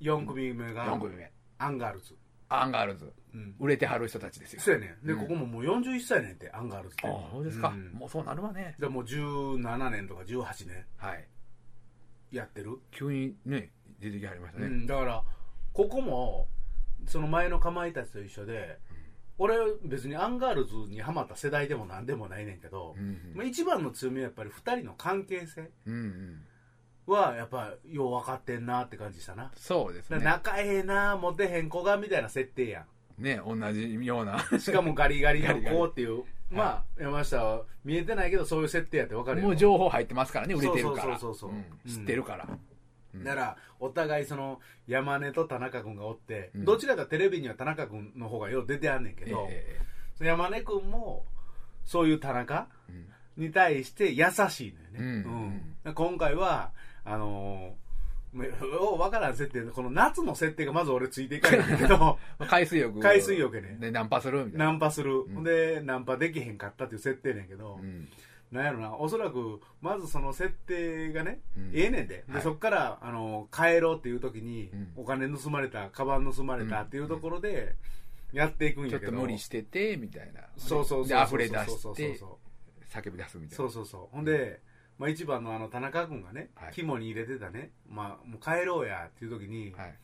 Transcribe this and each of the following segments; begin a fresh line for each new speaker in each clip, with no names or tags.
4組目が
4組目
アンガールズ、
アンガールズ
うん、
売れてはる人たちですよ
そうやねで、
うん
ここももう41歳ねんってアンガールズって
ああそうですか、
うん
もうそうなるわね
でもう17年とか18年
はい
やってる、
急にね出てきはりました
う
ね、
ん、だからここもその前のかまいたちと一緒で俺別にアンガールズにハマった世代でも何でもないねんけど
う、ん
まあ、一番の強みはやっぱり2人の関係性
うんうん、
はやっぱよう分かってんなって感じしたな
そうです
だ
ね
から仲ええなモテへん子がみたいな設定や
ね同じような
んしかもガリガリの
ガリガリ
子っていうまあ山下は見えてないけどそういう設定やって分かるや
も
ん
う情報入ってますからね売れてるから
そうそうそうそう
うん
うん
知ってるから、うん
だから、お互いその、山根と田中君がおって、
うん
どちらかテレビには田中君の方がよう出てあんねんけ
ええ
ど、
え
その山根君も、そういう田中
えうん
に対して優しいのよね。
うん
うん今回は、あのーもうようわからん設定で、この夏の設定がまず俺ついていかないんだけ ど、
まあ海水浴
海水浴ね
でナンパするみたいな
ナンパする。
ん
ほん、で、ナンパできへんかったっていう設定なんやけ
う
ど、
ん
なんやろな、おそらく、まずその設定がね、
うん
ええねんで。で、
はい
そっから、あの、帰ろうっていう時に、
うん
お金盗まれた、カバン盗まれたっていうところで、やっていくん
ちょ
や
っ
け
と
ど。
無理しててみたいな
そうそうそう。
で溢れ出
そう
し
そう
て
そう。
叫び出すみたいな
そうそうそう。ほんで、まあ一番のあの、田中君がね
はい、
肝に入れてたね、まあ、もう帰ろうやっていう時に、
はい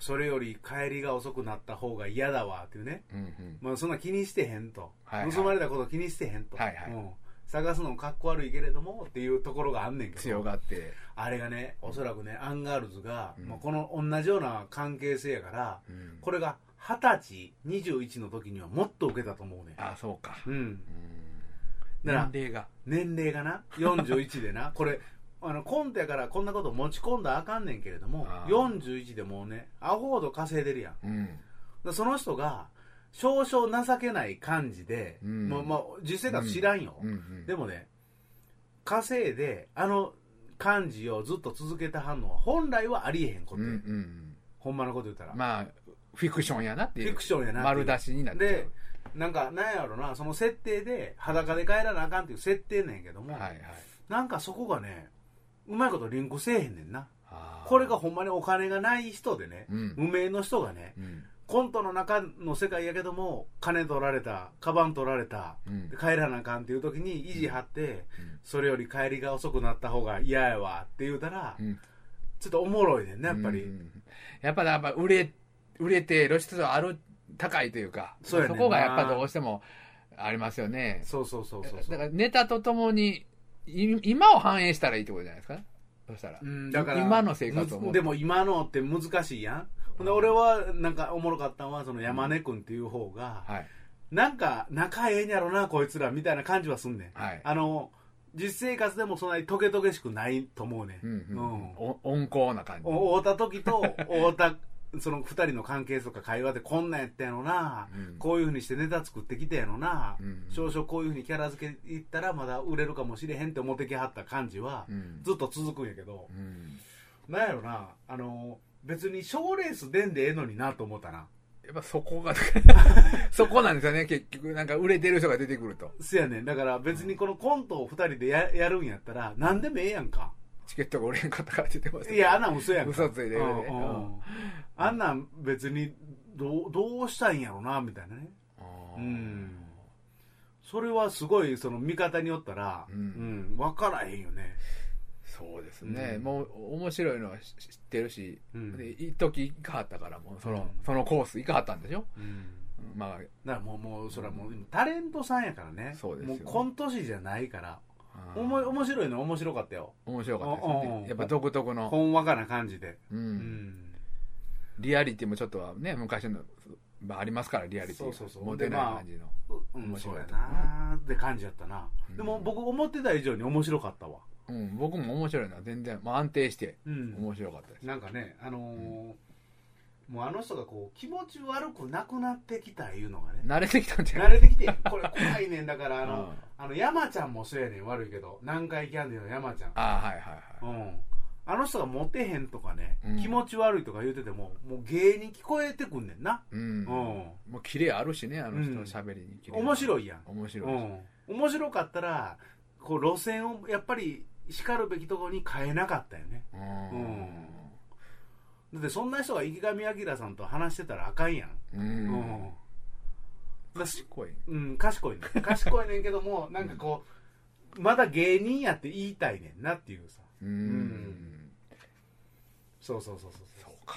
それより帰りが遅くなった方が嫌だわっていうね。
うんうん
まあそんな気にしてへんと、
はいはい
盗まれたこと気にしてへんと、
はいはい
うん探すのもかっこ悪いけれどもっていうところがあんねんけ
強
ど
がって
あれがねおそらくねアンガールズが、
うん
まあ、この同じような関係性やから
うん
これが二十歳21の時にはもっと受けたと思うねん
あそうか
うん
うん
だから
年齢が
年齢がな41で なこれあのコントやからこんなこと持ち込んだらあかんねんけれども
あー
41でもうねアホほど稼いでるやん
うん
でその人が少々情けない感じで、
うん
まあまあ、実生活知らんよ、
うんうん
でもね稼いであの感じをずっと続けてはんのは本来はありえへんこ
う
と
ん
や、
うん
ほんまのこと言ったら、
まあフィクションやなっていう
フィクションやなっていう
丸出しになっちゃう
でなんかなんやろなその設定で裸で帰らなあかんっていう設定なんやけども、
はいはい
なんかそこがねうまいことリンクせえへんねんな
あー
これがほんまにお金がない人でね、
うん
無名の人がね
うん
コントの中の世界やけども金取られたカバン取られた
うん
で帰らなあかんっていう時に意地張って、
うん
それより帰りが遅くなった方が嫌やわって言うたら、
うん
ちょっとおもろいねんねやっぱり、
うんやっぱやっぱ売れ売れて露出度ある高いというか
そうやねんな
こがやっぱどうしてもありますよね
そうそうそうそう
だからネタとともにい今を反映したらいいってことじゃないですかそしたら,、
うん、だから
今の生活をも
む
っ
で
と
も今のって難しいやんほんで俺はなんかおもろかったのはその山根君っていう方が、
はい
なんか仲ええんやろなこいつらみたいな感じはすんねん、
はい
あの実生活でもそんなにトゲトゲしくないと思うねん、
うんうん
うん
お温厚な感じ、
お会うた時 と会うたその二人の関係とか会話でこんなんやったやろな、
うん
こういうふうにしてネタ作ってきたやろな、
うん
少々こういうふうにキャラ付けいったらまだ売れるかもしれへんって思ってきはった感じは
うん
ずっと続くんやけど
う、ん
なんやろなあの別に賞ーレース出んでええのになと思ったな
やっぱそこ がそこなんですよね結局なんか売れてる人が出てくると
せやねんだから別にこのコントを二人でややるんやったら何でもええやんか
チケットが売れんかったからって言ってました
いやあんなん嘘やんか
嘘ついてるね
うんうん
うん
あんなん別にどうどうしたいんやろなみたいなね
あー
うんそれはすごいその見方によったら、
う
うんん分からへんよね、
そうですね、
うん
もう面白いのは知知ってるし、
うん
で一時行かはったからもうその,、
うん
そのコース行かはったんでしょ、
うん
うんま
だ
あ
からもうもうそれはもうタレントさんやからね
そうですよ
もうコント師じゃないから
あー
おも面白いの面白かったよ
面白かったです
うんうん
ね
うん
やっぱ独特の、
ほんわかな感じで
うん
うん、
リアリティもちょっとはね昔の、まあ、ありますからリアリティが
そうそうそう
モテない感じの、
うん
面
そ
白
う
い
や
と
なーって感じやったな、
うん
でも僕思ってた以上に面白かったわ
うん、僕も面白いのは全然、まあ、安定して
うん
面白かったです、
なんかねあのーもうあの人がこう気持ち悪くなくなってきたいうのがね
慣れてきたんじゃな
慣
い
れてきてこれ怖いねんだからあ
あ
の、あの山ちゃんもそうやねん悪いけど南海キャンディーの山ちゃん
あーはいはいは
う
い
んあの人がモテへんとかね、
うん
気持ち悪いとか言うててももう芸人聞こえてくんねんな
うん、
うん、
もうキレあるしねあの人
うん
の喋りにキレ
面白
い
いやん
面白
う
いし、
ん面白かったらこう路線をやっぱりしかるべきところに変えなかったよね
うん
うんだってそんな人が池上彰さんと話してたらあかんやん。う
う
んん。だし
賢い
うん、賢いね。賢いねんけど も、なんかこう、まだ芸人やって言いたいねんなっていうさ。
うん
んそうそうそうそう。
そうか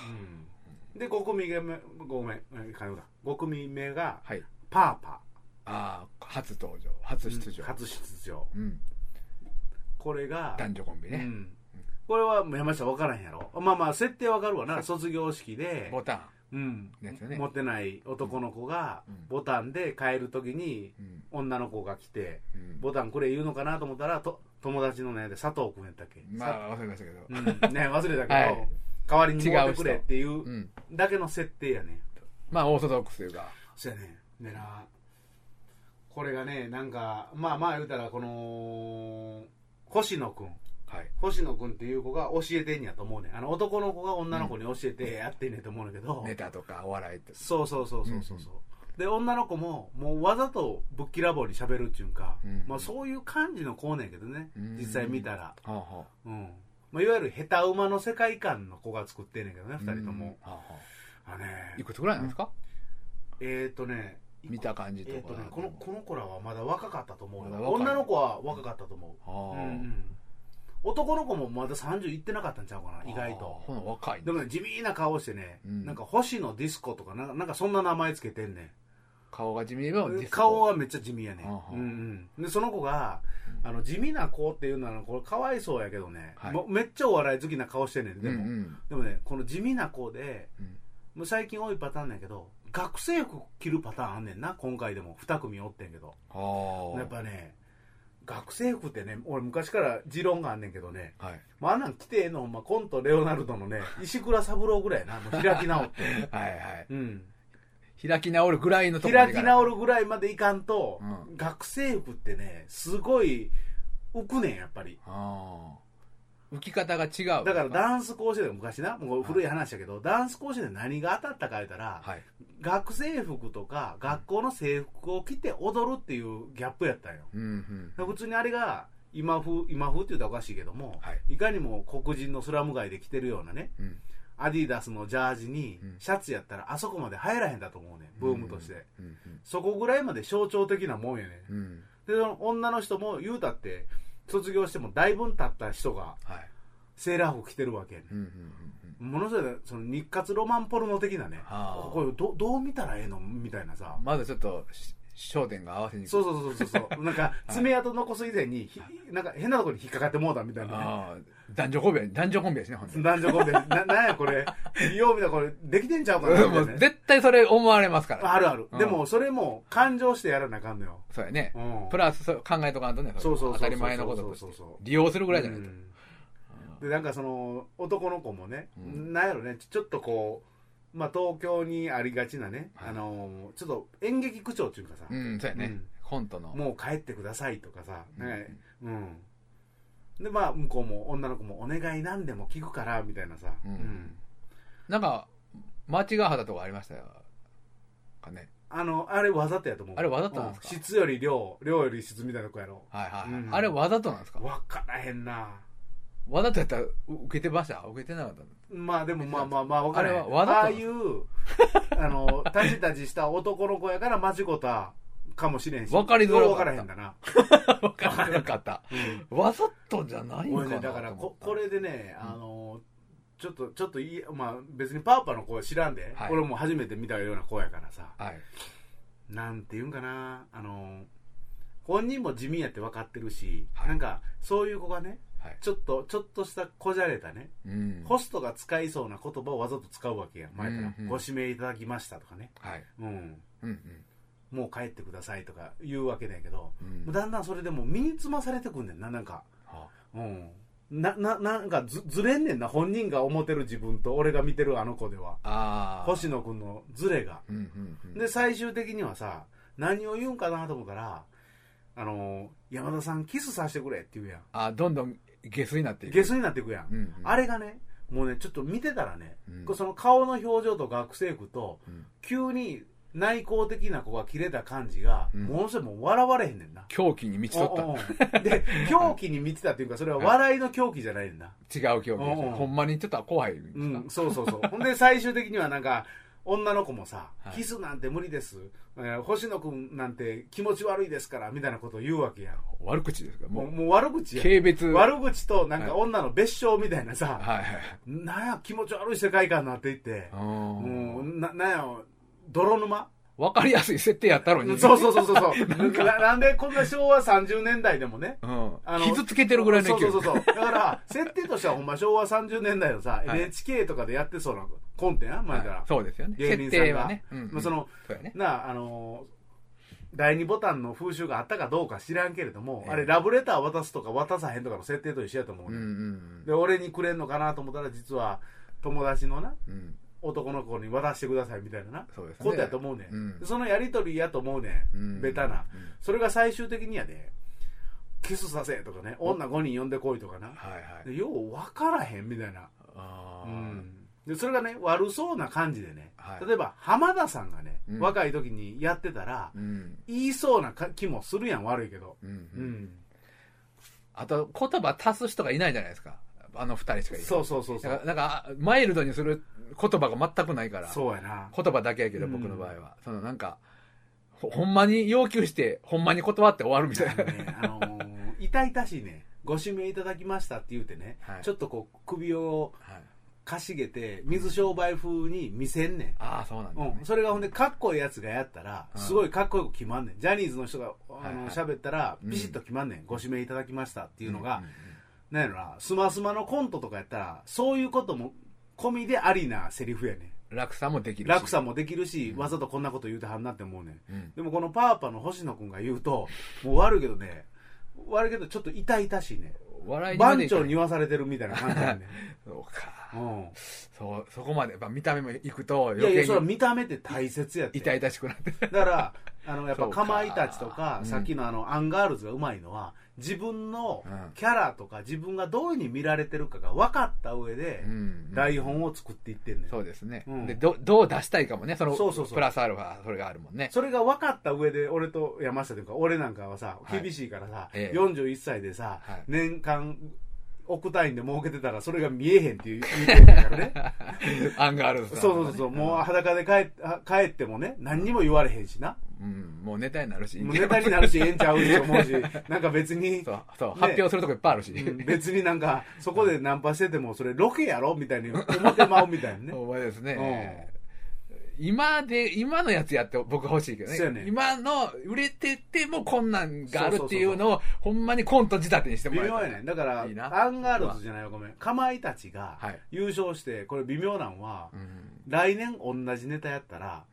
うん、で、5組目、ごめん、えかよだ。5組目が、
はい
パーパ
ああ初登場初
ー。
出場
初出場。
うん
これが、
男女コンビ
う
ね
ん。これは山下分からへんやろ。まあまあ、設定わかるわな。卒業式で、
ボタ
うん。
ンですよね
持ってない男の子が
うん
ボタンで帰るときに
うん
女の子が来て
うん
ボタンくれ言うのかなと思ったらと友達のね佐藤君やったっけ、さ
まあ忘れましたけど
うん、ね忘れたけど、
はい
代わりに持ってくれっていう
うん
だけの設定やね
まあオーソドックスというか
そうやねでなこれがねなんかまあまあ言うたらこの星野君
はい
星野君っていう子が教えてんやと思うねんあの男の子が女の子に教えてやってんねんと思うねんだけど、
ネタとかお笑いって
そうそうそうそうそうそう、で女の子ももうわざとぶっきらぼうに喋るっていうんか、
うん
まあ、そういう感じの子ねんけどね、
うん
実際見たら、
はあはあ
うんまあ、いわゆる下手馬の世界観の子が作ってんねんけどね二人とも、
はあは
あね
あいくつぐらいなんですか
えっ、とね
見た感じと
えーと
か
ね、このこの子らはまだ若かったと思うよ
まだ若い
女の子は若かったと思う、うんう
は
ん、男の子もまだ30いってなかったんちゃうか
あ
な意外
ああ
と
ほな若いね
でもね地味な顔してね、
うん
なんか星野ディスコとかなんかなんかそんな名前つけてんねん
顔が地味でもディスコ
顔はめっちゃ地味やね
あ
ん、
あ
うんうん、でその子があの地味な子っていうのはこれかわいそうやけどね、
はい
もうめっちゃお笑い好きな顔してんねんでも、
うんうん
でもねこの地味な子で
うん
もう最近多いパターンなんやけど学生服着るパターンあんねんな今回でも2組おってんけど
はあ
やっぱね学生服ってね俺昔から持論があんねんけどね、
はい
まあ、あんなん着てえのほんまコントレオナルドの ね石倉三郎ぐらいやなもう開き直って
はいはい
うん
開き直るぐらいのところ
開き直るぐらいまでいかんと、
う
学生服ってねすごい浮くねんやっぱり
ああ浮き方が違う
だからダンス講師で昔なもう古い話だけど、ダンス講師で何が当たったか言うたら、
はい
学生服とか学校の制服を着て踊るっていうギャップやったんよ
うんうん
普通にあれが今風今風って言うたらおかしいけども、
はい
い、かにも黒人のスラム街で着てるようなね
うん
アディダスのジャージに
うん
シャツやったらあそこまで入らへんだと思うねんブームとして、
うん
そこぐらいまで象徴的なもんやねん、
うんうん
でその女の人も言うたって卒業してもだいぶん経った人が
はい
セーラー服着てるわけやね
うんうんうんうん
んものすごいその日活ロマンポルノ的なね
あー
これどどう見たらええのみたいなさ
まだちょっとし焦点が合わせにくい
そうそうそうそう そうなんか爪痕残す以前に、ひなんか変なとこに引っかかってもうたみたいな、ね、
ああ男女コンビ男女コンビですねほんとに
男女コンビななんやこれよう見たらこれできてんちゃうかなみた
も
いうな、ね、
絶対それ思われますから
あるある、
うん
でもそれも感情してやらなあかんのよ、
そうやね
うん、
プラスそう考えとかんとねれ
そうそうそうそう
当たり前のことと
そう
して
そうそう
利用するぐらいじゃないと
うんでなんかその男の子もね、
うん
なんやろねちょっとこう、まあ、東京にありがちなね、
はい
あのちょっと演劇口調っていうかさ、
うんそうや
う
ね
ん
コントの
もう帰ってくださいとかさ、
うん
ねうんでまあ向こうも女の子も「お願い何でも聞くから」みたいなさ、
うん
うん
なんか町ヶ畑とかありましたよかね
あのあれわざとやと思う
あれわざとなんですか
うん質より量量より質みたいな子やろ
はいはいはい、
うん
あれわざとなんですか
分からへんな
わざとやったらう受けてました受けてなかったの
まあでもまあまあまあ分からへん
あれはわざと
ああいう あのタジタジした男の子やから間違ったかもしれんし
わかりづ
よ
らかった
う分からへんだな、
わかってなかったわざとじゃないんか
俺
な
ねだから
と思
こ
った
これでねあのちょっとちょっといいまあ別にパーパの子知らんで、
はい
俺も初めて見たような子やからさ
はい
なんていうんかなあの本人も地味やって分かってるし、
はい
なんかそういう子がね
はい
ちょっとちょっとしたこじゃれたね、
うん
ホストが使いそうな言葉をわざと使うわけや前から、
うんうん
ご指名いただきましたとかね
はい
うん
うんうん
もう帰ってくださいとか言うわけだけど、
うん
だんだんそれでもう身につまされてくんねんななんか
は
うんなななんかずずれんねんな本人が思ってる自分と俺が見てるあの子では
ああ
星野君のズレが
うんうんうん
で最終的にはさ何を言うんかなと思うからあのー山田さんキスさせてくれって言うやん
あどんどん下水になっていく
ゲスになっていくやん、
うんうん
あれがねもうねちょっと見てたらね、
うん
こうその顔の表情と学生服と
うん
急に内向的な子が切れた感じが、
うん
ものすごいもう笑われへんねんな。
狂気に満ちとった。
おうおうで、狂気に満ちたっていうか、それは笑いの狂気じゃないねんな。
違う狂気
おうおう
ほんまにちょっと怖いんですか、
うん、そうそうそう。ほんで、最終的にはなんか、女の子もさ、
はい
キスなんて無理です。えー星野くんなんて気持ち悪いですから、みたいなことを言うわけやん。
悪口ですから、
もう
も
もう悪
う、
口やん。
軽蔑。はい
悪口となんか女の別称みたいなさ、
はいはい。
なんや気持ち悪い世界観になっていって、も
う
うんな、なんや、泥沼
わかりやすい設定やったのに。
そうそうそうそう そうななんでこんな昭和30年代でもね
うん
あの
傷つけてるぐらいの勢い。
そうそうそうそうだから設定としてはほんま昭和30年代のさ、
はい
NHK とかでやってそうなコンテな前から、
はいそうですよね。
芸人
設
さんが
定はね。うんうん
まあ、その
そうやね。
なああの第二ボタンの風習があったかどうか知らんけれども、
ええ
あれラブレター渡すとか渡さへんとかの設定と一緒やと思う
うん
ね、
うん
で俺にくれんのかなと思ったら実は友達のな
うん。うん
男の子に渡してくださいみたいなな
そうですね。
ことやと思うね、
うん
ん、そのやり取りやと思うね、
うん
ん、ベタな、。それが最終的にはね、キスさせとかね、女5人呼んでこいとかな。
はいはい。
でよう分からへんみたいな。
あ
う
ー
んでそれがね、悪そうな感じでね、
はい
例えば浜田さんがね、
うん
若い時にやってたら、
うん。
言いそうなか気もするやん、悪いけど。
うんう。
うんん。
あと、言葉足す人がいないじゃないですか。あの二人しかいない。
そうそうそうそ
だ
う
か。らなんか、マイルドにする言葉が全くないから。
そうやな。
言葉だけやけど、
うん
僕の場合は。そのなんか、ほほんまに要求して、ほんまに断って終わるみたいな。
ね、あのー痛々しいね、ご指名いただきましたって言うてね、
はい
ちょっとこう、首を
はい
かしげて、水商売風に見せんねん。
ああ、そうなんだ、ね
うん、それがほんでかっこいいやつがやったら
うん
すごいかっこよく決まんねんジャニーズの人があ
はいはい
の喋ったら
うん
ビシッと決まんねん、ご指名いただきましたっていうのが、
んん
なんやろなスマスマのコントとかやったらそういうことも込みでありなセリフやね
うん落差もでき
ん
るし。
落差もできるし、
うん
わざとこんなこと言うてはんなって思うねん
うん。
でもこのパーパの星野くんが言うともう悪いけどね悪いけどちょっと痛々しいね
笑いにまで
番
いか
長
ない
に言わされてるみたいな感じやね
そうか。
ん、うん
そう、そこまで、やっぱ見た目もいくと、
いや
余
いや
計
それは
に
見た目って大切やって
痛々しくなって。
だから、あの、やっ
そ
ぱ、
う
か
か
まいたちとか、
うん
さっきのあの、アンガールズがうまいのは、自分の
うん
キャラとか、自分がどういうふうに見られてるかが分かった上で
う、ん
台本を作っていってんねん。
そうですね、
うん
でど、どう出したいかもね、その、
そうそうそう
プラスアルファ、それがあるも んね。
それが分かった上で、俺と山下というか、俺なんかはさ、
はい
厳しいからさ、
ええ
41歳でさ
はい、
年間、億単位で儲けてたら、それが見えへんっていう言うてんだ からね。
アンガール
そ
ズ
う
さんとか
そ
ね、
うそう、もう裸で帰っ帰ってもね、何にも言われへんしな。
うん、もうネタになるし。
もうネタになるし、ええんちゃうって思うし、なんか別に
そう、そう、
ね
発表するとこいっぱいあるし。
うん別になん か、そこでナンパしてても、それロケやろみたいに思ってまうみたい なね。
お前ですね。今で、今のやつやって僕欲しいけど
そうや
ね
ね。
今の売れててもこんなんがあるっていうのを、ほんまにコント仕立てにしても
微
らえた
妙
ら
やねん。だから、
いいな
アンガールズじゃないよ、ごめん。かまいたちが
はい
優勝して、これ微妙なんは
う、ん
来年同じネタやったら、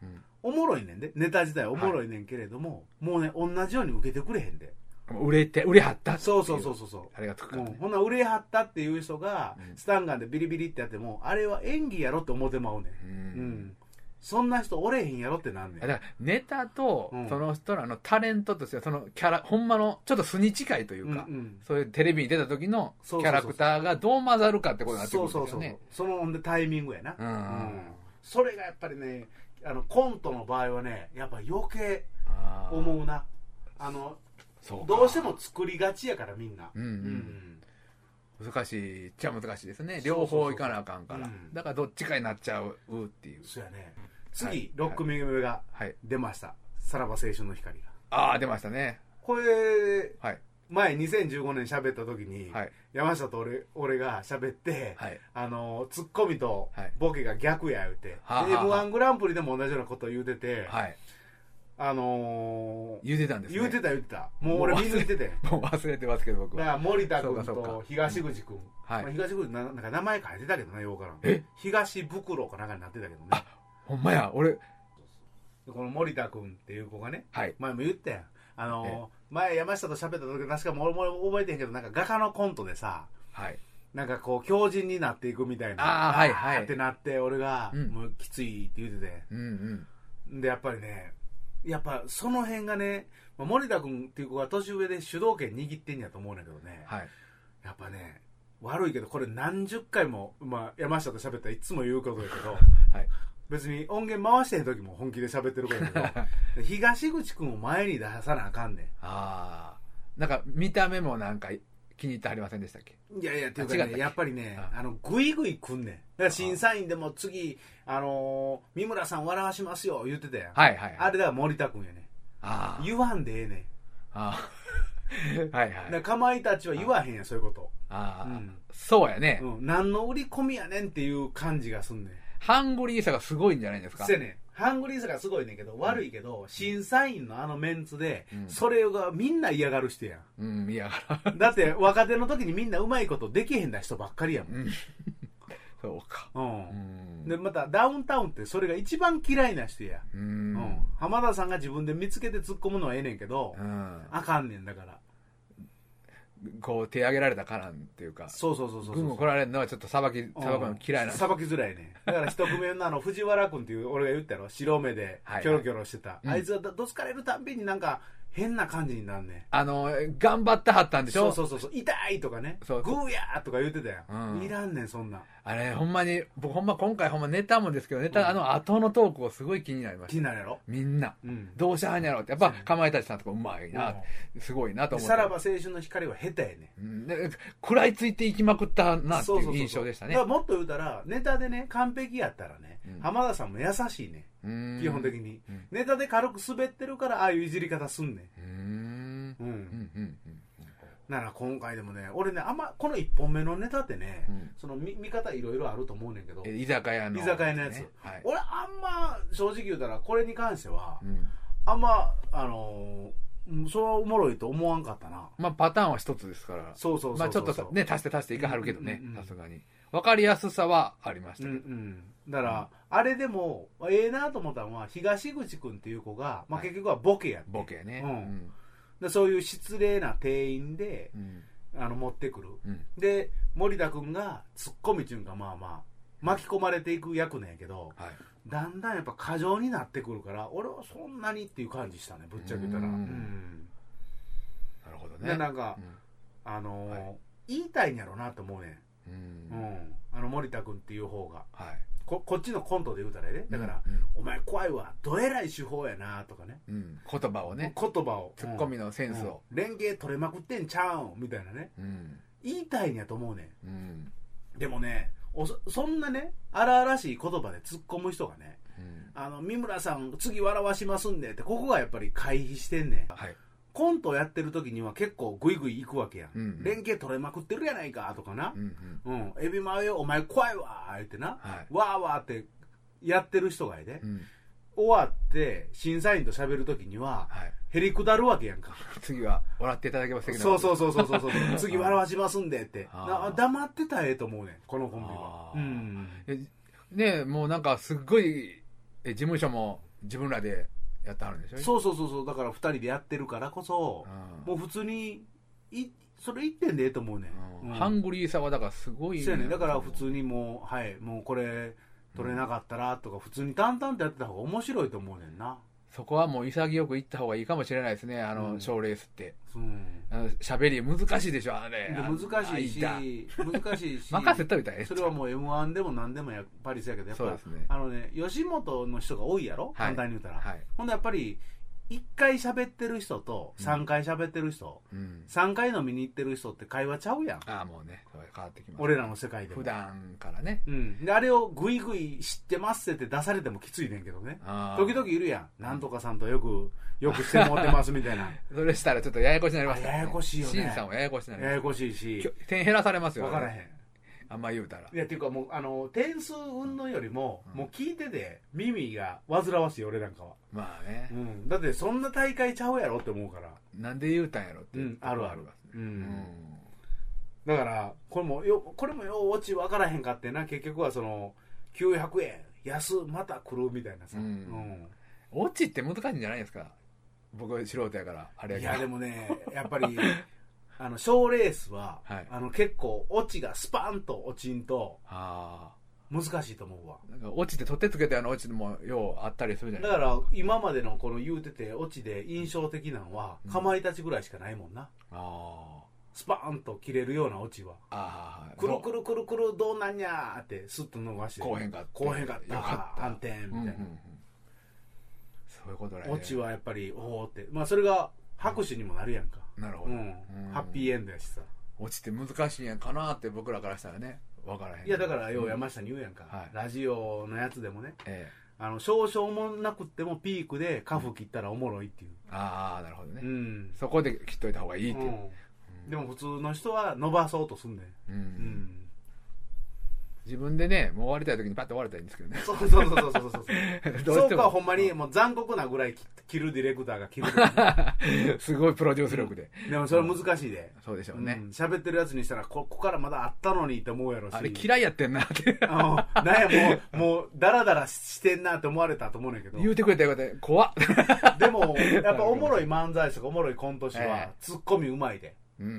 おもろいねんで。ネタ自体おもろいねんけれども、もうね、同じように受けてくれへんで。
うん売れて、売れはったってい
そうそうそう。そうそう。
ありがとうか
う
ら
ん
ね。
ほんなら売れはったっていう人が、
うん
スタンガンでビリビリってやっても、あれは演技やろって思ってまうねん。
う。
うんん。そんな人おれへんやろってなんねん
だ。からネタと
うん
その人らのタレントとしてそのキャラほんまのちょっと素に近いというか、
うんうん
そういうテレビに出た時のキ
そうそうそう
ャラクターがどう混ざるかってことになってく
そ
る
うん
ですよ
そ
ね
うそうそのほんでタイミングやな、
うん
それがやっぱりねあのコントの場合はねやっぱ余計
あー
思うなあの
そうか
どうしても作りがちやからみんな
うんうん
うん
難しいっちゃ難しいです
そ
ね
うそう
両方いかなあかんから
うん
だからどっちかになっちゃうっていう
そうやね
はい
次、六6組目が
はい
出ました「さらば青春の光が
ああ出ましたね」
これ
はい
前2015年喋った時に、
はい
山下と俺俺が喋って、
はい
あのツッコミと
はい
ボケが逆や言うて、
はあはあ
m
はあ
1グランプリでも同じようなこと言うてて、
はい
あのー
言うてたんですね
言うてた言うてたもう俺
もう
見抜いて て
もう忘れてますけど僕
だか
は
ら森田
そうか
君
そうか
と東口君、
はい
まあ、東口君ななんか名前変えてたけどなようからん
え
東袋かなんかになってたけどね
あほんまや俺
でこの森田君っていう子がね
はい
前も言ったやんあのー前山下と喋った時確かもう俺も覚えてへんけどなんか画家のコントでさ
はい
なんかこう強靭になっていくみたいな
あーはいはい
ーってなって俺が、
うん
もうきついって言うてて
うんうん
でやっぱりねやっぱその辺がね、まあ、森田君っていう子が年上で主導権握ってんやと思うねんだけどね、
はい
やっぱね悪いけどこれ何十回も、まあ、山下と喋ったらいつも言うことだけど
はい
別に音源回してへん時も本気で喋ってるからやけど東口くんを前に出さなあかんね
ああなんか見た目もなんか気に入ってはりませんでしたっけ
んいやいやっていう
あ
か
違ったっ
ね
け
やっぱりね
あ
あのグイグイくんねんだから審査員でも次あのー三村さん笑わしますよ言ってたやん、
はいはい
あれだから森田くんやね
あー
言わんでええねん
あー はい
だ
は
から
い
かまいたちは言わへんやんそういうこと、
ああ、
うん
そうやね、
うん、何の売り込みやねんっていう感じがすんねん
ハングリーさがすごいんじゃないですか
せやねんハングリーさがすごいねんけど悪いけど、審査員のあのメンツで、
うん
それがみんな嫌がる人やん
うんいや
だって若手の時にみんなうまいことできへんな人ばっかりやもん。
うんそうか
うん
うん
でまたダウンタウンってそれが一番嫌いな人や、
う
うん
ん
浜田さんが自分で見つけて突っ込むのはええねんけど、
うん
あかんねんだから
こう手上げられたからんっていうか
そうそうそうそう
軍を来られるのはちょっとさばきさばくの嫌いな
さばきづらいねだから一組目 のあの藤原君っていう俺が言ったやろ白目で
はいはい
キョロキョロしてた、
うん
あいつはどどつかれるたんびになんか変な感じになんねん
あの頑張ってはったんでし
そ
ょ
うそうそうそう痛いとかね
そうそう
グーやーとか言ってたやん、
うん
いらんねんそんなん
あれほんまに僕ほんま今回ほんまネタもですけどネ
う
タ、
ん
あの後のトークをすごい気になりまし
気
た
になるやろ
みんな
うん
どうしはんやろうってやっぱかまいたちさんとかうまいな、すごいな
で
と思って
さらば青春の光は下手やねん
うんで食らいついていきまくったなって
そう
い
そうそ
う
う
印象でしたね
だからもっと言うたらネタでね完璧やったらね、
うん
浜田さんも優しいねん基本的
に
に、
うん
ネタで軽く滑ってるからああいういじり方すんね
うーん
んうん、
うんうんうん
なら今回でもね俺ねあんまこの1本目のネタってね、
うん
その見見方いろいろあると思うねんけど、
え居酒屋の
居酒屋のやつ、
ねはい
俺あんま正直言うたらこれに関しては、
うん
あんまあのーうんそれはおもろいと思わんかったな
まあパターンは一つですから
そうそうそうそう
まあちょっとさね足して足していかはるけどね
うんうんうん
さすがに分かりやすさはありまし
うん
た
う
けど
んだから、あれでもええなと思ったのは東口君っていう子が、まあ、
はい
結局はボケやって、
ボケね
うんでそういう失礼な店員で
うんうん
あの持ってくる
うん
で森田君がツッコミっていうんかまあまあ巻き込まれていく役なんやけど
はい
だんだんやっぱ過剰になってくるから俺はそんなにっていう感じしたねぶっちゃけたら
う
うんん
なるほど
で
ね
なんか、あのー
はい
言いたいんやろうなと思うねん
うんう
うんん、あの森田君っていう方が
はい
ここっちのコントで言うたらねだから、
うん
お前怖いわどえらい手法やな」とかね
うん言葉をね
言葉を
ツッコミ
の
のセンスを
連携取れまくってんちゃうんみたいなね
うん
言いたいんやと思うね
うん
んでもねおそそんなね荒々しい言葉で突っ込む人がね
うん
あの三村さん次笑わしますんでってここがやっぱり回避してんねん
はい
コントやってる時には結構グイグイいくわけやん、
うんうん
連携取れまくってるやないかとかな
うんうん
うん、エビマヨお前怖いわー言ってな、
はい
わーわーってやってる人がいて、
うん
終わって審査員と喋るときには
はい
へりくだるわけやんか
次は笑っていただけます
そう
う
そうそうそうそうそう 次笑わしますんでって
あ
な
ー
黙ってたらええと思うねんこのコンビは
あ
う
ー
ん
ねえもうなんかすっごいえ事務所も自分らでやってはるんでしょ
そうそうそうそうだから2人でやってるからこそ
ん
もう普通にいそれ1点でええと思うね
うん
ん
ハングリーさはだからすごいね
そうやねんだから普通にもうはいもうこれ取れなかったらとか普通に淡々とやってた方が面白いと思うねんな
そこはもう潔く行った方がいいかもしれないですねあ
う
の
ん
賞、ーレースって
うん
あの喋り難しいでしょあれ
で難しいし
あ
難しいし
任せといたらええ
それはもう m 1でも何でもやパリスやけどやっ
そう
ぱ
ですね
あのね吉本の人が多いやろ、
はい
簡単に言うたら、
はい、
ほんでやっぱり1回喋ってる人と
うん
3回喋ってる人、
うん、
3回飲みに行ってる人って会話ちゃうやん
ああもうねそれ変わってきます
俺らの世界でも
普段からね
うん、であれをグイグイ知ってますって出されてもきついねんけどね
あー
時々いるやんなんとかさんとよくよくしてもらってますみ たいな
それしたらちょっとややこしになります
あややこしいよね
審査もややこしになりま
ややこしい
す
し
きょ点減らされますよ
分
ね
からへん
あんま言うたら
いやっていうかもうあの点数云々よりも、
うん
もう聞いてて耳が煩わしい俺なんかは、
まあね
う、ん、だってそんな大会ちゃうやろって思うから
なんで言うたんやろって、
うんあるある
ますね
う
うんん
だからこれもよこれもよう落ち分からへんかってな結局はその900円安また来るみたいなさ、
うんオチって難しいんじゃないですか僕素人やからあ
うん
れ
い
や
や
け
で
ど
も ねやっぱりあの賞レースは、
はい
あの結構落ちがスパンと落ちんと
あ
難しいと思うわ
あなんか落ちて取ってつけたような落ちもようあったりするじゃな
だ
い
から今までのこの言うてて落ちで印象的なのはかまいたちぐらいしかないもんな、
ああ
スパーンと切れるようなオチは
ああ
くるくるくるくるどうなんやーってスッと伸ばして
後編があって
後編があった
よかった
反転みたいな、
うんうんうんそういうことだね
オチはやっぱりおおってまあそれが拍手にもなるやんか、
なるほ
う
ど、
んハッピ
ー
ーエンドやしさ
落ちて難しいんやかなって僕らからしたらね分からへん
いやだからよう
うん
山下に言うやんか、
はい
ラジオのやつでもね
ええ
あの少々もなくってもピークでカフ切ったらおもろいっていう
ああなるほどね、
うん、
そこで切っといた方がいいっていう、
うんでも普通の人は伸ばそうとすんねん
うん
うん
自分でねもう終わりたい時にパッと終われたらいいんですけどね
そうそうそうそうそうそう
どう
そ
し
う
て
か
も
ほんまにもう残酷なぐらい切切るディレクターが切るからね
すごいプロデュース力で、
でもそれ難しいで
そうでしょう
う
ね、
ん喋ってるやつにしたらこここからまだあったのにって思うやろし
あれ嫌いやってんなって
あのなんやもう もうダラダラしてんなって思われたと思うねんだけど
言うてくれたよかった怖っ
でも やっぱおもろい漫才師とかおもろいコント師は
え
ツッコミうまいで、
うん、う
うん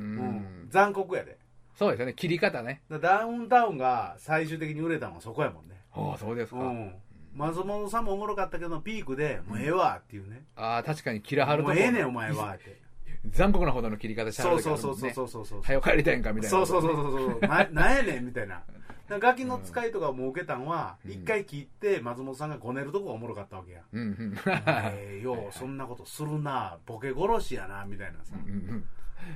ん、
残酷やで
そうですよね切り方ね
だからダウンタウンが最終的に売れたのはそこやもんね
ああそうですか、
うん松本さんもおもろかったけどピークでもうええわっていうね、
ああ確かに切らはると
も
こ
うええねんお前はって
残酷なほどの切り方しは
そ
る
う
時
そ
あ
う
るも
そう
んね
そうそうそうそう
早帰りたいんかみたいな
そうそうそううそう そうななんやねんみたいなだからガキの使いとかも受けたんは
うん
一回聞いて松本さんがごねるとこがおもろかったわけや
うんうん
えーようそんなことするなボケ殺しやなみたいなさ、
うんうん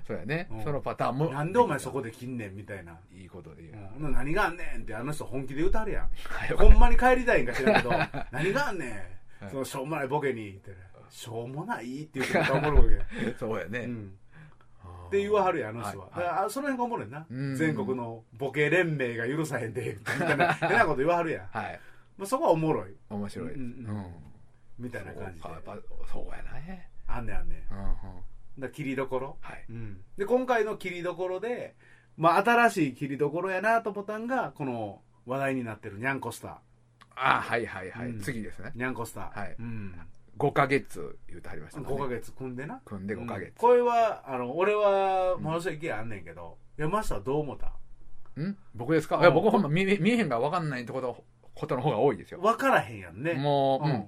そうやね、
うん
そのパターンも
なんでお前そこで切んねんみたいな、
いいことで言
う
う、
ん、何があんねんってあの人本気で歌うやん
早く
ほんまに帰りたいんか知らん けど何があんねん、
はい
そのしょうもないボケにってしょうもないっていうことがおもろい わ
そうやね、
け、うん、
あー
って言わはるやんあの人は、
はい
だからあその辺がおもろいな、
うん
全国のボケ連盟が許さへんでみたい な変なこと言わはるやん、
はいはい
まあ、そこはおもろい
面白いです、
う
うんん
うんみたいな
そう
感じで
かやっぱそうやね、
あんねんあんねんだか
うんうん、
ら切りどころ
はい
うん、で今回の切りどころで、まあ、新しい切りどころやなと思ったんがこの話題になってるにゃんこスター
あーはいはいはい、
うん
次ですね
にゃんこスター、
はい
うん、
5ヶ月言うてはりましたもんね
5ヶ月組んでな
組んで5ヶ
うん
月、
これはあの俺はものすごい意見あんねんけど、山下はどう思った
ん僕ですか、
うん
いや僕ほんま見え見えへんが分かんないってことことの方が多いですよ
分からへんやんね
もう、うん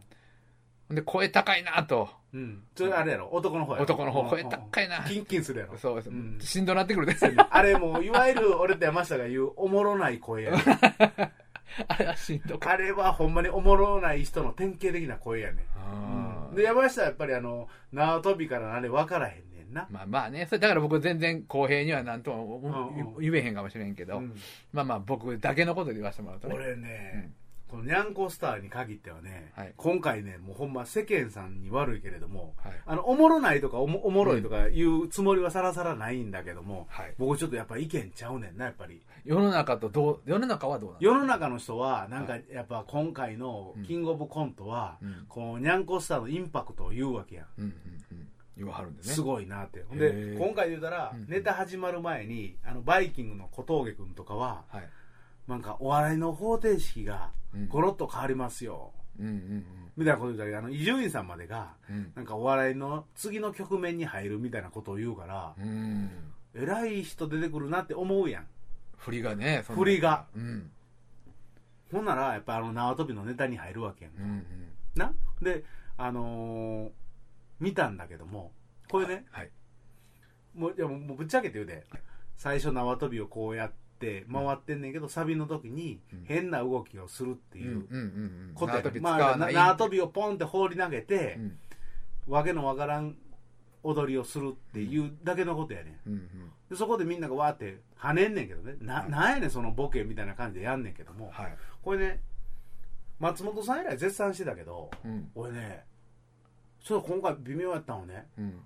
で声高いなと
うん、うん、それあれやろ男の方やろ
男の方
うん
声高いな
うんキンキンするやろ
そうです、
うん
しんどなってくるね
あれもういわゆる俺と山下が言うおもろない声やねん
あれはしんど か
あれはほんまにおもろない人の典型的な声やねん
あー
で山下はやっぱりあの縄跳びから何で分からへんねんな、
まあまあねそれだから僕全然公平には何とも
うん
言えへんかもしれんけど、
うん
まあまあ僕だけのことで言わせてもらうとね
俺ね、このにゃんこスターに限ってはね、
はい
今回ねもうほんま世間さんに悪いけれども
はい、
あのおもろないとかおもおもろいとかいうつもりはさらさらないんだけども、
はい、
僕ちょっとやっぱ意見ちゃうねんなやっぱり
世の中とどう世の中はどうなの
世の中の人はなんかやっぱ今回のキングオブコントは、
うん
このにゃんこスターのインパクトを言うわけやん
うんうんうん言わはるんでね
すごいなってほん
へ
で
ー
今回で言うたら、
うんうん
ネタ始まる前にあのバイキングの小峠君とかは
はい、
なんかお笑いの方程式が
うん
ゴロッと変わりますよ、
うんうん
みたいなこと言うたけどあの伊集院さんまでが
うんうん
なんかお笑いの次の局面に入るみたいなことを言うから、
うん
偉い人出てくるなって思うやん
振りがねそんな
振りが
うん
ほんならやっぱあの縄跳びのネタに入るわけやん、
うんうん
なであのー見たんだけどもこれね
はい
もういやもうもうぶっちゃけて言うで最初縄跳びをこうやって回ってんねんけどサビの時に
うん
変な動きをするって
うんう
いうん
うんうん
ことやねん
縄跳び使
ま
わ
あな
ない
縄跳びをポンって放り投げて、
うん
わけのわからん踊りをするっていうだけのことやねん
うんうん
でそこでみんながわーって跳ねんねんけどねな
うん
なんやねんそのボケみたいな感じでやんねんけども
はい
これね松本さん以来絶賛してたけど
うん
俺ねちょっと今回微妙やったのね
うん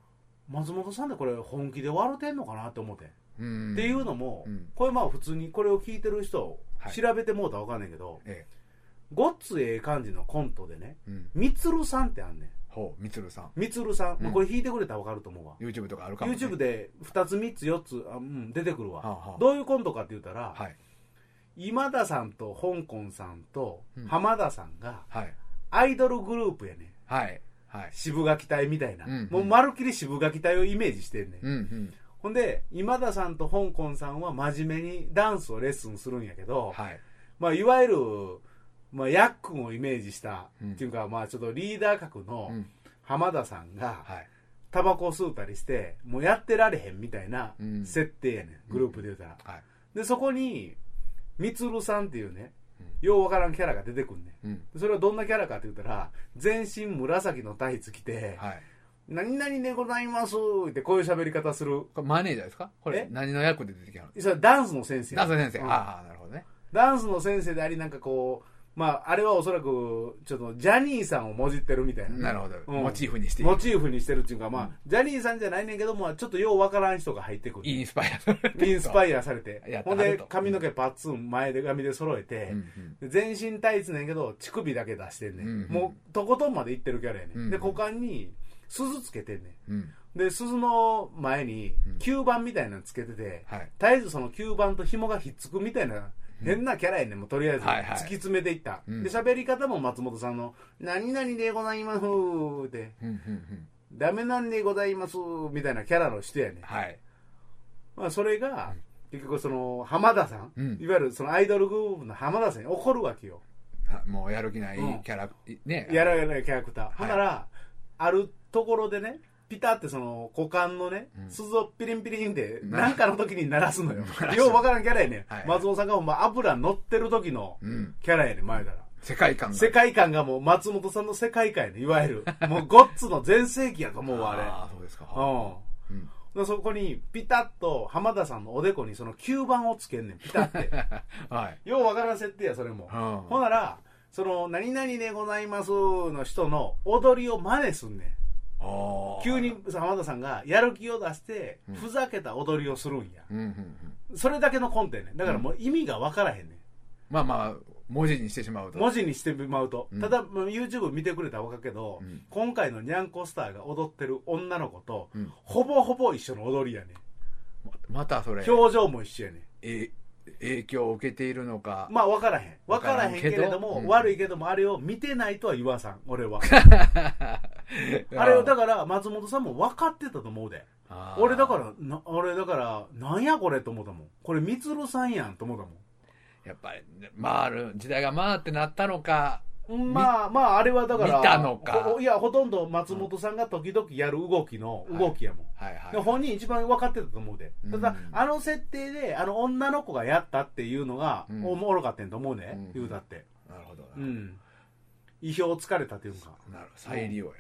松本さんでこれ本気で笑ってんのかなって思って、
うん
っていうのも、
うん
これまあ普通にこれを聞いてる人
はい
調べてもうたら分かんないけど、
え
ごっつええ感じのコントでね
えうん
みつるさんってあんねん
ほうみつるさん
みつるさん、まあ
うん
これ弾いてくれたら分かると思うわ、
YouTube とかあるかも、ね、
YouTube で2つ3つ4つあ、うん、出てくるわ、
はあはあ
どういうコントかって言ったら、
はい
今田さんと香港さんと
うん
浜田さんが
はい
アイドルグループやねん
はいはい
渋垣隊みたいな、
うんうん
もうまるっきり渋垣隊をイメージしてんねん、
うんうん
ほんで今田さんと香港さんは真面目にダンスをレッスンするんやけど、
はい
まあ、いわゆる、まあ、ヤックンをイメージした、
うん
っていうか、まあ、ちょっとリーダー格
う
の
ん
浜田さんが
はい
タバコを吸うたりして、もうやってられへんみたいな
うん
設定やねん。グループで言うたら。
はい。
で、そこに、みつるさんっていうね
うん、
ようわからんキャラが出てくんねん。
うん。
それはどんなキャラかって言ったら、全身紫のタイツ着て、
はい。
何々でございますってこういう喋り方する。
これマネージャーですかこれ
え
何の役で出てきたの
それはダンスの先生。
ダンス先生。
うん
ああ、なるほどね。
ダンスの先生であり、なんかこう、まあ、あれはおそらく、ちょっとジャニーさんをもじってるみたいなね。
なるほど。
うん
モチーフにしてい
モ
る。
チーフにしてるっていうか、まあ、ジャニーさんじゃないねんけども、ちょっとようわからん人が入ってくる。
インスパイ アされて
インスパイアされて
やっ。た
ほん
なる
で
と、
髪の毛パッツン前で髪で揃えて、
うんう
で
ん
全身タイツねんけど、乳首だけ出してんねん。
うんうん
もう、とことんまで行ってるキャラやねん。
うんうん
で、股間に鈴つけてんね
うん。
ん。で、鈴の前に
うん
吸盤みたいなのつけてて、
はい。
絶えずその吸盤と紐がひっつくみたいな、変なキャラやねん、もうとりあえず。
はいは
突
い
き詰めていった。
うん
で、喋り方も松本さんの、何々でございますって、
うんうんうん
ダメなんでございますみたいなキャラの人やねん。
はい。
まあ、それが、結局その、浜田さん、
うん
いわゆるそのアイドルグループの浜田さんに怒るわけよ。
はもうやる気ない
うん
キャラ、いね。
やられないキャラクター。
い
ほんなら、あるところでね、ピタってその股間のね、
うん
鈴をピリンピリンって、
うん
なんかの時に鳴らすのよ
鳴ら。す
ようわからんキャラやねん。
はい
松本さんがほんま油乗ってる時の
うん。
キャラやねん、前から。
世界観が。
世界観がもう松本さんの世界観やねん、いわ ゆる。もうゴッツの全盛期やと思うわ、あれ。
ああ、そうですか。
う
うん
ん。でそこに、ピタッと浜田さんのおでこにその吸盤をつけんねん、ピタ って。
はい。
ようわからん設定や、それも。
うん
ほなら、その、何々でございますの人の踊りを真似すんねん。
ああ
急に。浜田さんがやる気を出して、ふざけた踊りをするんや。
うんうんうん。
それだけのコンテンツねん。だからもう意味がわからへんねん。
まあまあ、文字にしてしまうと。
文字にしてみまうと。
うん
ただ、もう YouTube 見てくれたらわかるけど、
うん
今回のニャンコスターが踊ってる女の子と、
うん
ほぼほぼ一緒の踊りやねん。
またそれ、
表情も一緒やねん。
え影響を受けているのか。
まあ分からへん。分からへんけれど
わから
も
んけ、ど
悪いけども、あれを見てないとは言わさん、俺は。
あ
あれを、だから、松本さんも分かってたと思うで。
ら
俺だから、な俺だから、なんやこれと思ったもん。これ、みつるさんやんと思ったもん。
やっぱり、回る、時代が回ってなったのか、
まあまあ、あれはだから、
見たのか
ほいや、ほとんど松本さんが時々やる動きの動きやもん。
はい
で
は
本人一番分かってたと思うで。ただ、
うん
あの設定で、あの女の子がやったっていうのが、
うん
おもろかったんと思うね、
うん
言うたって。
い。なるほどな。
うん。意表をつかれたというか。
なるほど再利用や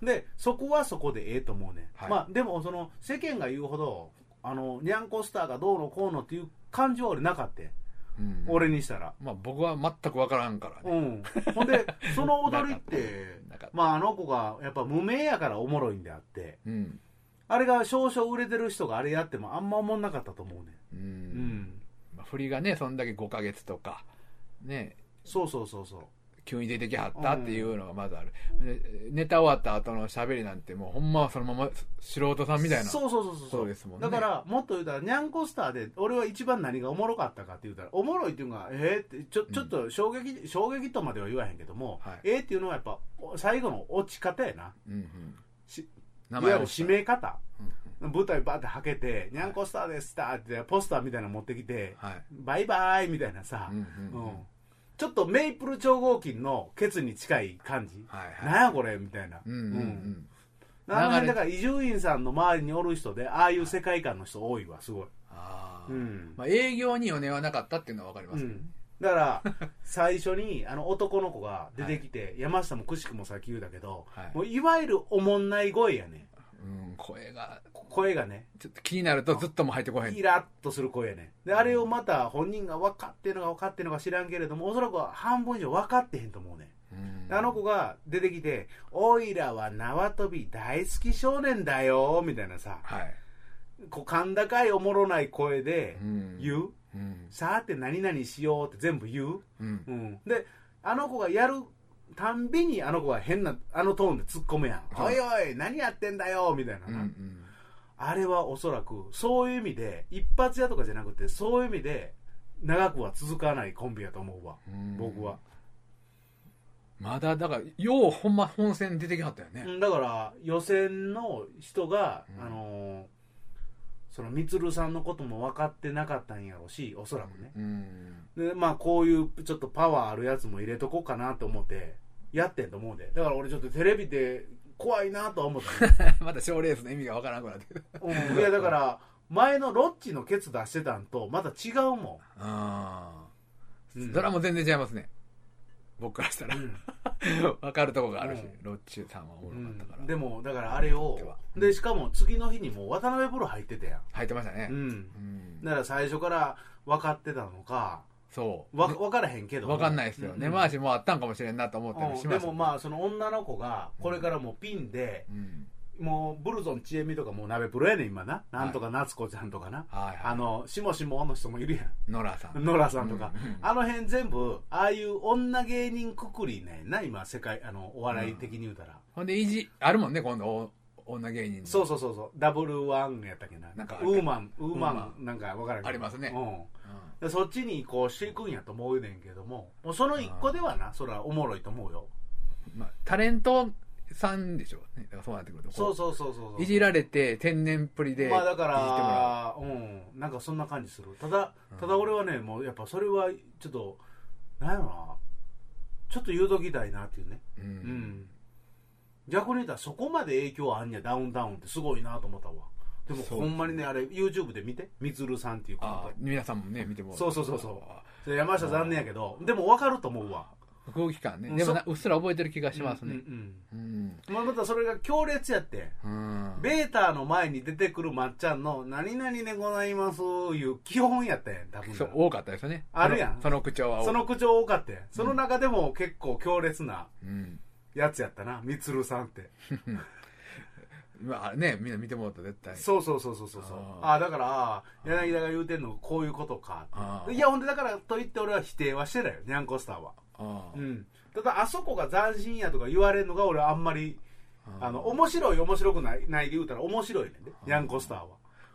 で、そこはそこでええと思うね。
はい
まあ、でも、その、世間が言うほど、あの、ニャンコスターがどうのこうのっていう感じは俺なかった。
な。うん
俺にしたら。
まあ僕は全くわからんから
う
ね。
ん。ほんで、 その踊りって、
なんか、
まあ、あの子が、やっぱ無名やからおもろいんであって、
うん。
あれが少々売れてる人があれやってもあんまおもんなかったと思うね。
う。
うんん。
まあ振りがね、そんだけ5ヶ月とか、ね、
そうそうそうそう。
急に出てきはったっていうのがまずある。でネタ終わった後の喋りなんてもうほんまはそのまま素人さんみたいな。
そうそうそうそう
そうですもんね
だからもっと言うたらニャンコスターで俺は一番何がおもろかったかって言うたらおもろいっていうのがえー、ってちょちょっと衝撃、衝撃とまでは言わへんけども、
はい
えー、っていうのはやっぱお最後の落ち方やな
うんうん。
し
名
いわゆ
前
る
を
締め方
うんうん
舞台バーってはけて「ニャンコスターでした」ってポスターみたいなの持ってきて
はい。
「バイバイ」みたいなさ、
うんうんうん
うんちょっとメイプル超合金のケツに近い感じ、
はいはい
なんやこれみたいな、
うんうんうん。
あの辺だから伊集院さんの周りにおる人でああいう世界観の人多いわすごい、
ああ。
うん
まあ営業に余念はなかったっていうのはわかりま
う
すけどね
ん、だから最初にあの男の子が出てきて、山下もくしくもさっき言うだけど、
はいい、
もういわゆるおもんない声やね
うん、声が、
声がね
ちょっと気になるとずっともう入ってこへん。
イラッとする声やねであれをまた本人が分かってんのか分かってんのか知らんけれどもおそらくは半分以上分かってへんと思うね、
うん
あの子が出てきて「おいらは縄跳び大好き少年だよ」みたいなさ
はい。
こう甲高いおもろない声で
うん
言う、
うん。
さーって何々しようって全部言う、
うん
うん、であの子がやるたんびにあの子が変なあのトーンで突っ込むやん、
は
おい
い
おい何やってんだよみたいな
うんう
な、
ん。
あれはおそらくそういう意味で一発屋とかじゃなくてそういう意味で長くは続かないコンビやと思うわ、
うん
僕は、
まだ、だから、ようほんま本戦出てきはったよね。
うんだから予選の人が、
うん
あのーそのみつるさんのことも分かってなかったんやろうしおそらくね、
うん。
でまあこういうちょっとパワーあるやつも入れとこうかなと思ってやってんと思うんでだから俺ちょっとテレビで怖いなとは思った
また賞レースの意味がわからなくなってくる。
うんいやだから前のロッチのケツ出してたんとまた違うもん、う
あ
ん
ーそれはもう全然違いますね。僕からした
う
ら。
ん
わかるとこがあるし
う、ん
ロッチュさんはおもろかったから。
でもだからあれを
では
でしかも次の日にもう渡辺プロ入ってたやん、
入ってましたね
う。ん
うん
だから最初から分かってたのか
そ
わ分からへんけ
う。
ど
わかんないですよ。
うん
根回しもあったんかもしれんなと思ったりし
うん
ま
で
した。
もまあその女の子がこれからもうピンで、
うん。
もうブルゾンちえみとかもう鍋プロやねん今ななんとか夏子ちゃんとかな、
はい
あ
は
のしもしもの人もいるやん
い。ノラさん。
ノラさんとか、
うん
あの辺全部ああいう女芸人くくりねんな今世界あのお笑い的に言うたら、
ほんで、意地、あるもんね、今度、お女芸人の
そうそうそうそうダブルワンやったっけな
な
なんん
か
か
ある
ウーマンウーマン
ウーマ
なんか分からんけど
ありますね
う
うん
んでそっちに移行していくんやと思うねんけどももうその一個ではなそれはおもろいと思うよ
まあ、タレントさんでしょうね。だからそうなってくると。
そうそうそうそうそう
いじられて、天然っぷりで。
まあだか
いじってもらう
らうんなんかそんな感じするただただ俺はねもうやっぱそれはちょっとなんやろなちょっと言うときたいなっていうね
う。
うんん逆に言ったらそこまで影響あんねやダウンタウンってすごいなと思ったわでも
そう
ほんまにねあれ YouTube で見てみつるさんっていう
ああ
こ、
皆さんもね、見てもら
そうそうそうそう山下残念やけどでも分かると思うわ
う。空気感ね。
うん
でもな、うっすら覚えてる気がします
うん
ね。うん。
うんうんまあまたそれが強烈やって
うん。
ベータの前に出てくるまっちゃんの「何々でございます」いう基本やったやん多分
そう、多かったですよね。
あるやん
そのその口調は多い
その口調多かったやんその中でも結構強烈な
うん。
やつやったなみつるさんって
まあね、みんな見てもらったら絶対。
そうそうそうそうそうそう
あ
ああだからあー柳田が言うてんのこういうことか
ああ
いやほんでだからと言って俺は否定はしてないよニャンコスターは
ああ
うんただあそこが斬新やとか言われるのが俺はあんまりあの面白い面白くないないで言うたら面白いねんでニャンコスターは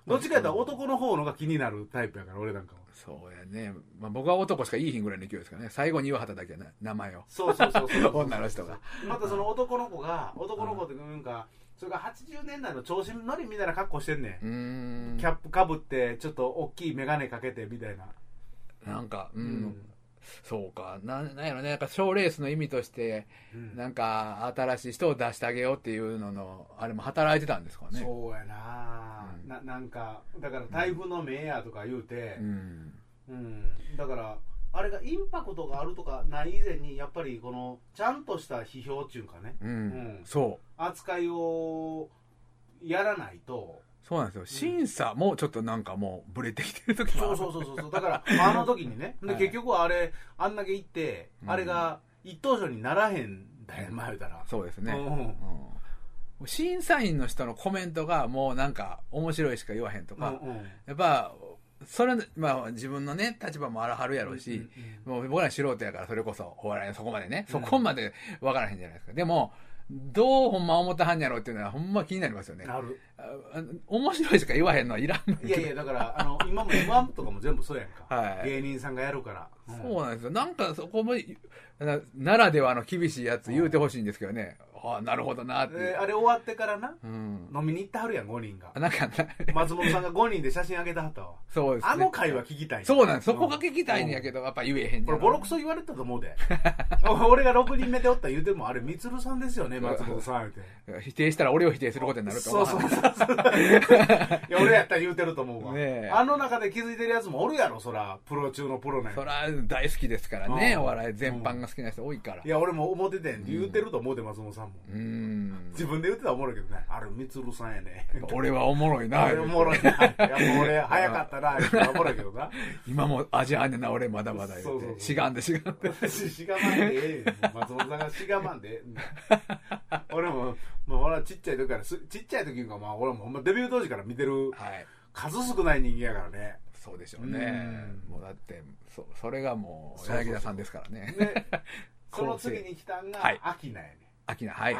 どっちかやったら男の方のが気になるタイプやから俺なんかは
そうやね。まあ僕は男しかいいひんぐらいの勢いですからね。最後に岩畑だけやな、名前を。
そうそうそうそう
女の人が
またその男の子が男の子ってなんかそれが80年代の調子乗りみたいな格好してんね
うー
ん
ん。
キャップかぶってちょっと大きい眼鏡かけてみたいな
なんか、う。
うん
そうか。なん、なんやろね。なんか賞レースの意味として、
うん
なんか新しい人を出してあげようっていうのの、あれも働いてたんですかね。
そうやな,、
うん
ななんかだから台風の目やとか言うて
う、ん。
うんだからあれがインパクトがあるとかない以前にやっぱりこのちゃんとした批評っていうかね
うん。
うん
そう。
扱いをやらないと
そうなんですよ。審査もちょっとなんかもうブレてきてる時もあ
そ
る
うそうそうそう そうだからあの時にね
は
で
い
結局はあれあんだけ行って
うん
あれが一等賞にならへんだよ前言うたら
そうですね。
うん
うん審査員の人のコメントがもうなんか面白いしか言わへんと
うん
か、
うん
やっぱ、それ、まあ自分のね、立場もあらはるやろうし、もう僕ら素人やからそれこそ、お笑いのそこまでね、
うん
そこまで分からへんじゃないですか。でも、どうほんま思ったはんやろうっていうのはほんま気になりますよね。あ
なる
あの面白いしか言わへんのはいらんの
いやいやだからあの今も m 1とかも全部そうやんか、
はい
芸人さんがやるから、うん
そうなんですよ。なんかそこも、なならではの厳しいやつ言うてほしいんですけどね。ああ、なるほどなって。
えーあれ終わってからな
うん。
飲みに行ってはるやん5人が
あなんか、
松本さんが5人で写真あげてはったわ
そうですね。
あの会は聞きたい
そうなんです。そこが聞きたいんやけど、やっぱ言えへん
うんこれボロクソ言われたと思う で俺が6人目でおった言うてもあれみつるさんですよね松本さんって
否定したら俺を否定することになると
そ
思
う
う。
そうそうそういや俺やったら言うてると思うわ、
ねえ
あの中で気づいてるやつもおるやろそらプロ中のプロなんや
そら、大好きですからね、
うん
お笑い全般が好きな人多いから
い。や俺も思っててんって言うてると思うで松本さんも、
うん。
自分で言ってたらおもろいけどねあれみつるさんやね
俺はおもろいな
俺。おもろいな。やっぱ俺、早かったな。やっぱおもろいけどな。
今も味あんねんな、俺まだまだ言
そううそうそ
て。
う
しがんでしがんで。
ししがまんでええねん。松本さんがしがまんでええねん。俺も、まあ、俺はちっちゃい時からす、ちっちゃい時いうか、まあ、俺もほんまデビュー当時から見てる
はい。
数少ない人間やからね。
そうでしょうね
う。ん
もうだって、そ、それがもう、
そうそうそう
柳田さんですからね。
で、その次に来たんが
はい、
秋菜やねん。
秋菜、はい。